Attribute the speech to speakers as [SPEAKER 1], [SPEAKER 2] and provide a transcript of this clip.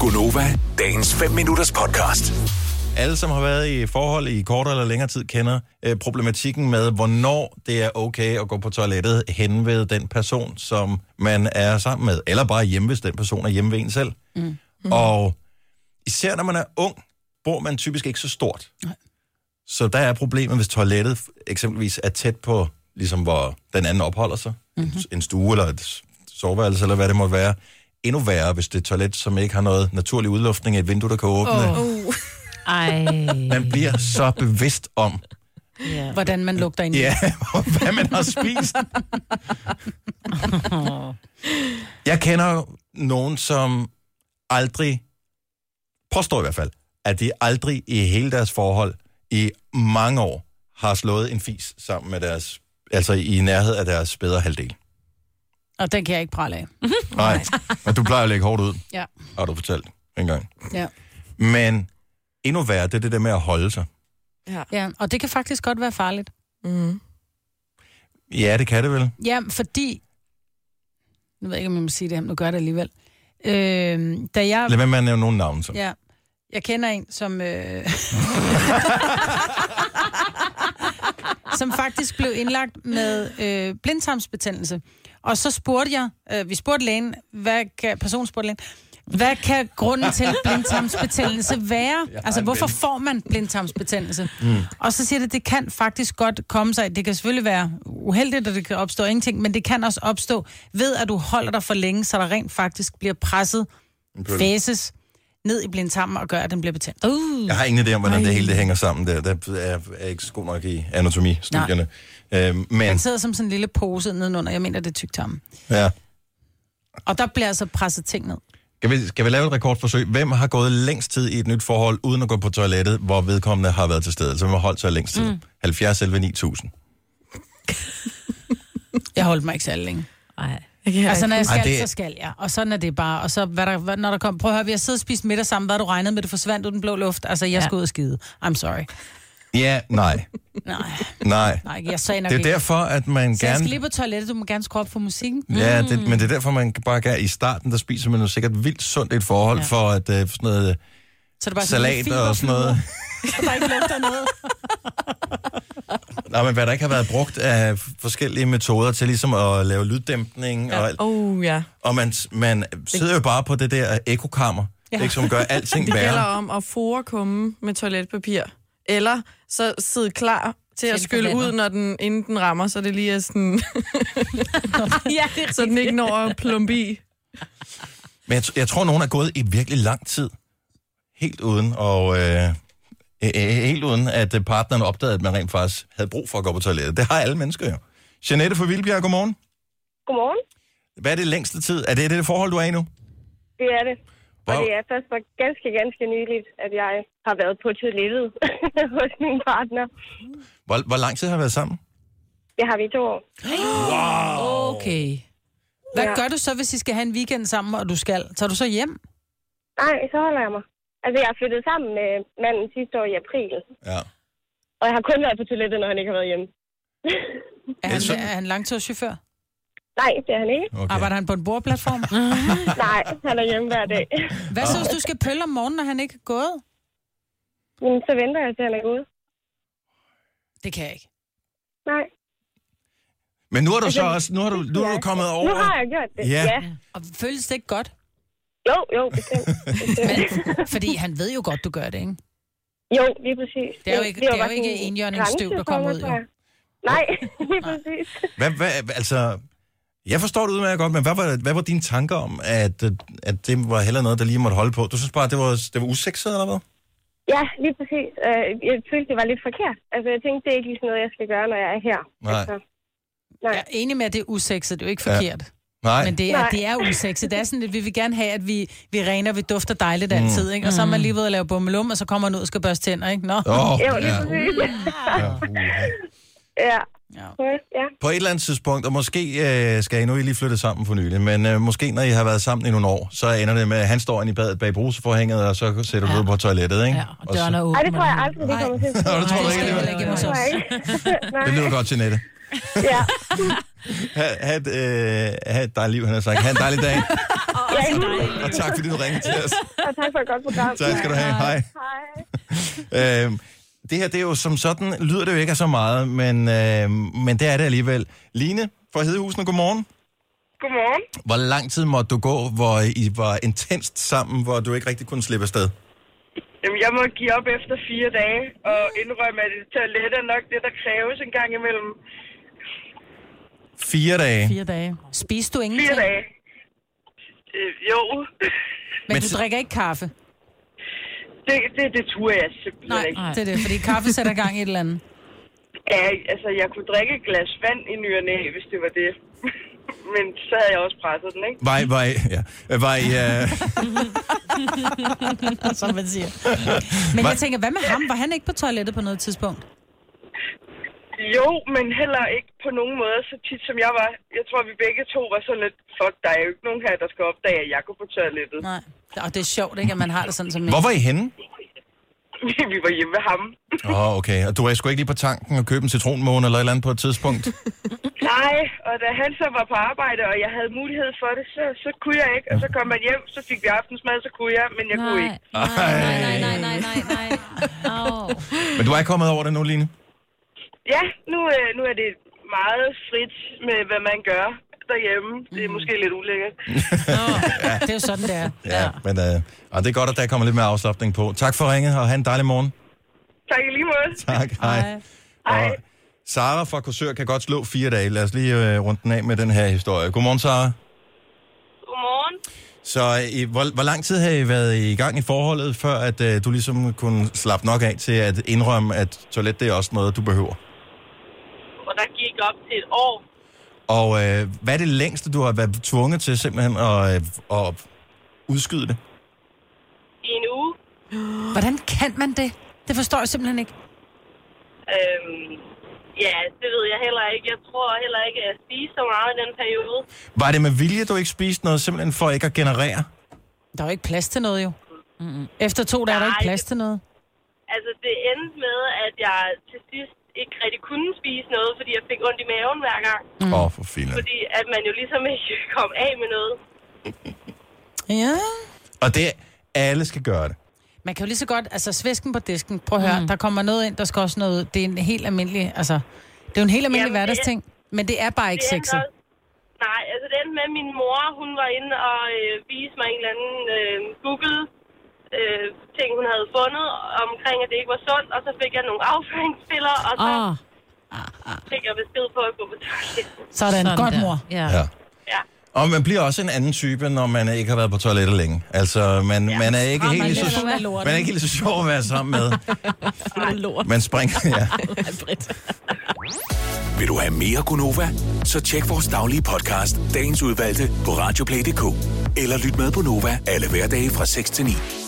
[SPEAKER 1] Gunova, dagens 5 minutters podcast.
[SPEAKER 2] Alle, som har været i forhold i kortere eller længere tid, kender øh, problematikken med, hvornår det er okay at gå på toilettet hen ved den person, som man er sammen med. Eller bare hjemme, hvis den person er hjemme ved en selv. Mm. Mm. Og især når man er ung, bor man typisk ikke så stort. Nej. Så der er problemet, hvis toilettet eksempelvis er tæt på, ligesom hvor den anden opholder sig. Mm-hmm. En stue eller et soveværelse, eller hvad det måtte være. Endnu værre, hvis det er et toilet, som ikke har noget naturlig udluftning af et vindue, der kan åbne. Oh.
[SPEAKER 3] Uh,
[SPEAKER 4] Ej.
[SPEAKER 2] Man bliver så bevidst om,
[SPEAKER 4] Ja.
[SPEAKER 3] hvordan man lugter ind.
[SPEAKER 2] ja, hvad man har spist. Jeg kender jo nogen, som aldrig, påstår i hvert fald, at de aldrig i hele deres forhold i mange år har slået en fis sammen med deres, altså i nærhed af deres bedre halvdel.
[SPEAKER 3] Og den kan jeg ikke prale af.
[SPEAKER 2] Nej, men du plejer at lægge hårdt ud,
[SPEAKER 3] Ja,
[SPEAKER 2] har du fortalt engang.
[SPEAKER 3] ja.
[SPEAKER 2] Men endnu værre, det er det der med at holde sig.
[SPEAKER 3] ja. Og det kan faktisk godt være farligt.
[SPEAKER 5] Mm.
[SPEAKER 2] Ja, det kan det vel.
[SPEAKER 3] Ja, fordi... Nu ved jeg ikke, om jeg må sige det, men nu gør jeg det alligevel. Øh, da jeg...
[SPEAKER 2] Lad være med at nævne nogle navne så.
[SPEAKER 3] Ja. Jeg kender en, som... Øh... som faktisk blev indlagt med øh, blindtarmsbetændelse. Og så spurgte jeg, øh, vi spurgte lægen, hvad kan, personen spurgte lægen, hvad kan grunden til blindtarmsbetændelse være? Altså, hvorfor får man blindtarmsbetændelse? Mm. Og så siger det, det kan faktisk godt komme sig. Det kan selvfølgelig være uheldigt, og det kan opstå ingenting, men det kan også opstå ved, at du holder dig for længe, så der rent faktisk bliver presset fæses ned i blindtarmen og gør, at den bliver betændt. Uh.
[SPEAKER 2] Jeg har ingen idé om, hvordan det hele det hænger sammen der. Der er jeg er ikke så god nok i anatomistudierne. Øhm, men,
[SPEAKER 3] Den sidder som sådan en lille pose nedenunder. Jeg mener, det er tyktarmen.
[SPEAKER 2] ja.
[SPEAKER 3] Og der bliver altså presset ting ned.
[SPEAKER 2] Skal vi, skal vi lave et rekordforsøg? Hvem har gået længst tid i et nyt forhold, uden at gå på toilettet, hvor vedkommende har været til stede? Så hvem har holdt sig længst tid? Mm. 70 11 9000.
[SPEAKER 3] Jeg holdt mig ikke særlig længe.
[SPEAKER 4] Ej.
[SPEAKER 6] Jeg kan
[SPEAKER 3] Altså,
[SPEAKER 6] altså,
[SPEAKER 3] når jeg skal,
[SPEAKER 2] Ej, det-
[SPEAKER 3] det... så skal jeg. Og sådan er det bare. Og så, hvad der, hvad, når der kom, prøv at høre, vi har siddet og spist middag sammen. Hvad har du regnet med? Det forsvandt ud i den blå luft. Altså, jeg ja. skulle ud og skide. I'm sorry.
[SPEAKER 2] Ja, nej.
[SPEAKER 3] Nej,
[SPEAKER 2] Nej.
[SPEAKER 3] nej, jeg sagde nok
[SPEAKER 2] Det er
[SPEAKER 3] ikke.
[SPEAKER 2] derfor, at man
[SPEAKER 3] Så jeg skal
[SPEAKER 2] gerne...
[SPEAKER 3] lige på toilettet. Du må gerne skrue op for musikken.
[SPEAKER 2] Ja, det, men det er derfor, man bare gerne... I starten, der spiser man jo sikkert vildt sundt i et forhold, ja. for at uh, sådan noget øh,
[SPEAKER 3] Så det er bare
[SPEAKER 2] salat og sådan noget...
[SPEAKER 3] Der ikke lugter noget.
[SPEAKER 2] Nej, men hvad der ikke har været brugt af forskellige metoder til ligesom at lave lyddæmpning ja. og alt.
[SPEAKER 4] Uh,
[SPEAKER 6] oh, ja.
[SPEAKER 2] Og man, man sidder jo bare på det der ekokammer, ja.
[SPEAKER 3] Ja.
[SPEAKER 2] ikke, som gør alting
[SPEAKER 6] Det gælder
[SPEAKER 2] værre.
[SPEAKER 6] om at forkomme med toiletpapir. Eller så sidde klar til at
[SPEAKER 4] Tænd for
[SPEAKER 6] skylle ud,
[SPEAKER 4] vandet.
[SPEAKER 6] når den, inden den rammer, så det lige er sådan,
[SPEAKER 4] Ja, det er
[SPEAKER 6] så den ikke når at plumpe i.
[SPEAKER 2] Men jeg, t- jeg tror, nogen er gået i virkelig lang tid, helt uden, og, øh, øh, øh, helt uden at øh, partneren opdagede, at man rent faktisk havde brug for at gå på toilettet. Det har alle mennesker jo. Jeanette fra Vildbjerg, godmorgen.
[SPEAKER 5] Godmorgen.
[SPEAKER 2] Hvad er det længste tid? Er det det forhold, du er i nu?
[SPEAKER 5] Det er det. Og
[SPEAKER 2] Wow.
[SPEAKER 5] det er først for ganske, ganske nyligt, at jeg har været på toilettet hos min partner.
[SPEAKER 2] Hvor, hvor lang tid har I været sammen?
[SPEAKER 5] Det har vi i to år.
[SPEAKER 3] Okay. Hvad
[SPEAKER 5] Ja.
[SPEAKER 3] gør du så, hvis I skal have en weekend sammen, og du skal? Tager du så hjem?
[SPEAKER 5] Nej, så holder jeg mig. Altså, jeg er flyttet sammen med manden sidste år i april,
[SPEAKER 2] Ja.
[SPEAKER 5] og jeg har kun været på toilettet, når han ikke har været hjemme.
[SPEAKER 3] Er
[SPEAKER 2] Ja, så-
[SPEAKER 3] han, er han langtogschauffør?
[SPEAKER 5] Nej, det er han ikke.
[SPEAKER 2] Okay.
[SPEAKER 3] Arbejder han på en bordplatform?
[SPEAKER 5] Nej, han er hjemme hver dag.
[SPEAKER 3] Hvad så, hvis du skal pølle om morgenen, når han ikke er gået?
[SPEAKER 5] Men så venter jeg, til han er gået.
[SPEAKER 3] Det kan jeg ikke.
[SPEAKER 5] Nej.
[SPEAKER 2] Men nu er du så også, nu har du, nu er du kommet over.
[SPEAKER 5] Altså, Nu har jeg gjort det.
[SPEAKER 2] Ja.
[SPEAKER 5] Ja. ja.
[SPEAKER 3] Og føles det ikke godt?
[SPEAKER 5] Jo, jo, bestemt. bestemt.
[SPEAKER 3] Men, fordi han ved jo godt, du gør det, ikke?
[SPEAKER 5] Jo, lige præcis.
[SPEAKER 3] Det er jo ikke-
[SPEAKER 5] var
[SPEAKER 3] det er jo
[SPEAKER 5] bare
[SPEAKER 3] ikke
[SPEAKER 5] sådan
[SPEAKER 3] enhjørningens støv, der
[SPEAKER 5] grænse for
[SPEAKER 3] kommer
[SPEAKER 5] mig,
[SPEAKER 3] ud,
[SPEAKER 5] tror
[SPEAKER 3] jo.
[SPEAKER 5] jeg. Nej, lige præcis.
[SPEAKER 2] Hvad, hvad, altså, jeg forstår det udmærket godt, men hvad var, hvad var dine tanker om, at, øh, at det var heller noget, der lige måtte holde på? Du synes bare, det var, det var usekset, eller hvad?
[SPEAKER 5] Ja, lige præcis. Øh, jeg følte, det var lidt forkert. Altså, jeg tænkte, det er ikke lige sådan noget, jeg skal gøre, når jeg er her.
[SPEAKER 2] Nej.
[SPEAKER 5] Altså,
[SPEAKER 3] Jeg er enig med, at det er usekset. Det er jo ikke forkert. Ja.
[SPEAKER 2] Nej,
[SPEAKER 3] Men det er,
[SPEAKER 5] Nej.
[SPEAKER 3] det er usekset. Det er sådan lidt, vi vil gerne have, at vi, vi rener, vi dufter dejligt altid, ikke? Og så er man lige ved at lave bummelum, og så kommer han ud og skal børste tænder, ikke? Nå.
[SPEAKER 2] Åh,
[SPEAKER 5] jo, lige
[SPEAKER 2] ja.
[SPEAKER 5] præcis.
[SPEAKER 2] Ja, uha.
[SPEAKER 5] Ja.
[SPEAKER 3] Ja.
[SPEAKER 5] Ja. ja.
[SPEAKER 2] På et eller andet tidspunkt, og måske øh, skal I nu I er lige flytte sammen for nylig, men øh, måske når I har været sammen i nogle år, så ender det med, at han står inde i badet bag bruseforhænget, og så sætter du ja. ud på toilettet, ikke?
[SPEAKER 4] Ja, og
[SPEAKER 2] så,
[SPEAKER 4] døren er åben.
[SPEAKER 5] Ej, det tror jeg aldrig, det kommer til at ske.
[SPEAKER 2] Nå, det tror du
[SPEAKER 3] det
[SPEAKER 2] ikke,
[SPEAKER 3] skal
[SPEAKER 2] det var-
[SPEAKER 3] jeg heller ikke hjemme hos
[SPEAKER 5] tror
[SPEAKER 3] os.
[SPEAKER 5] jeg ikke.
[SPEAKER 2] det
[SPEAKER 5] Nej.
[SPEAKER 2] lyder godt, Jeanette.
[SPEAKER 5] Ja.
[SPEAKER 2] Ha, ha, et, øh, ha et dejligt liv, han har sagt. Ha' en dejlig dag,
[SPEAKER 5] ja, i lige måde.
[SPEAKER 2] og tak fordi du ringede til os.
[SPEAKER 5] og tak for et godt program.
[SPEAKER 2] Tak skal du have. Hej.
[SPEAKER 5] Hej.
[SPEAKER 2] Øhm, det her, det er jo som sådan, lyder det jo ikke af så meget, men, øh, men det er det alligevel. Line fra Hedehusen, godmorgen.
[SPEAKER 5] Godmorgen.
[SPEAKER 2] Hvor lang tid måtte du gå, hvor I var intenst sammen, hvor du ikke rigtig kunne slippe afsted?
[SPEAKER 5] Jamen, jeg må give op efter fire dage og indrømme, at et toilet er nok det, der kræves en gang imellem.
[SPEAKER 2] Fire dage.
[SPEAKER 3] Fire dage. Spiser du ingenting?
[SPEAKER 5] Fire dage. Øh, jo,
[SPEAKER 3] Men,
[SPEAKER 2] Men
[SPEAKER 3] du
[SPEAKER 2] så-
[SPEAKER 3] drikker ikke kaffe?
[SPEAKER 5] det, det, det turde jeg simpelthen
[SPEAKER 3] Nej,
[SPEAKER 5] ikke.
[SPEAKER 3] det er det, fordi kaffe sætter gang i et eller andet.
[SPEAKER 5] Ja, altså, jeg kunne drikke et glas vand i ny og næ, hvis det var det. Men så havde jeg også presset den, ikke?
[SPEAKER 2] Var I, var I, ja, var I, øh,
[SPEAKER 3] som man siger. Men
[SPEAKER 2] Hva-
[SPEAKER 3] jeg tænker, hvad med ham? Var han ikke på toilettet på noget tidspunkt?
[SPEAKER 5] Jo, men heller ikke på nogen måde så tit, som jeg var. Jeg tror, vi begge to var sådan lidt, fuck, der er jo ikke nogen her, der skal opdage, at jeg går på toilettet.
[SPEAKER 3] Nej. Og det er sjovt, ikke, at man har det sådan som
[SPEAKER 2] hvor var I henne?
[SPEAKER 5] vi var hjemme ved ham.
[SPEAKER 2] Åh, oh, okay. Og du var sgu ikke lige på tanken og købe en citronmåne eller et eller andet på et tidspunkt?
[SPEAKER 5] Nej, og da han så var på arbejde, og jeg havde mulighed for det, så, så kunne jeg ikke. Og så kom han hjem, så fik vi aftensmad, så kunne jeg, men jeg kunne
[SPEAKER 4] Nej,
[SPEAKER 5] ikke.
[SPEAKER 4] nej, nej, nej, nej, nej, nej. Au.
[SPEAKER 2] Men du er ikke kommet over det nu, Line?
[SPEAKER 5] Ja, nu, øh, nu er det meget frit med, hvad man gør derhjemme. Det er måske lidt ulækkert.
[SPEAKER 3] Det er jo sådan, det er.
[SPEAKER 2] Ja. Men øh, og det er godt, at der kommer lidt mere afslappning på. Tak for ringet, og have en dejlig morgen.
[SPEAKER 5] Tak i lige måde.
[SPEAKER 2] Tak, hej.
[SPEAKER 5] Hej.
[SPEAKER 2] Og Sara fra Korsør kan godt slå fire dage. Lad os lige øh, runde den af med den her historie. Godmorgen, Sara.
[SPEAKER 5] Godmorgen.
[SPEAKER 2] Så øh, i, hvor, hvor lang tid har I været i gang i forholdet, før at øh, du ligesom kunne slappe nok af til at indrømme, at toilet det er også noget, du behøver?
[SPEAKER 5] Og der gik op til et år.
[SPEAKER 2] Og øh, hvad er det længste, du har været tvunget til simpelthen at, øh, at udskyde det?
[SPEAKER 5] i en uge.
[SPEAKER 3] Hvordan kan man det? Det forstår jeg simpelthen ikke.
[SPEAKER 5] Øhm, ja, det ved jeg heller ikke. Jeg tror heller ikke, at jeg spiste så meget i den periode.
[SPEAKER 2] Var det med vilje, du ikke spiste noget, simpelthen for ikke at generere?
[SPEAKER 3] Der er jo ikke plads til noget, jo. Mm-mm. Efter to, der er der
[SPEAKER 5] Nej,
[SPEAKER 3] ikke plads til noget.
[SPEAKER 5] Altså, det endte med, at jeg til sidst ikke rigtig kunne spise noget, fordi jeg fik ondt i maven hver gang.
[SPEAKER 2] Åh, mm. oh, for filan.
[SPEAKER 5] Fordi at man jo ligesom ikke kom af med noget.
[SPEAKER 3] Ja.
[SPEAKER 2] Og det, alle skal gøre det.
[SPEAKER 3] Man kan jo lige så godt, altså svæsken på disken, prøv at høre, mm. der kommer noget ind, der skal også noget ud. Det er en helt almindelig, altså, det er jo en helt almindelig
[SPEAKER 5] Jamen, det er-
[SPEAKER 3] hverdagsting, men det er bare ikke
[SPEAKER 5] Det endte
[SPEAKER 3] sexet.
[SPEAKER 5] også- Nej, altså det endte med, at min mor, hun var inde og øh, viste mig en eller anden øh, Google øh, ting, hun havde fundet omkring, at det ikke var sundt, og så fik jeg nogle afføringspiller, og så
[SPEAKER 4] Åh,
[SPEAKER 5] fik jeg besked på at gå på toilettet.
[SPEAKER 3] Sådan, Sådan godt
[SPEAKER 4] der.
[SPEAKER 3] mor.
[SPEAKER 4] Ja.
[SPEAKER 2] Ja.
[SPEAKER 5] Ja.
[SPEAKER 2] Og man bliver også en anden type, når man ikke har været på toilettet længe. Altså, man, ja. man er ikke helt lige så... Man er ikke helt så sjov at være sammen med.
[SPEAKER 4] lort.
[SPEAKER 2] Man springer, ja.
[SPEAKER 1] Vil du have mere Gunova? Så tjek vores daglige podcast, dagens udvalgte, på radioplay.dk. Eller lyt med på Nova alle hverdage fra 6 til 9.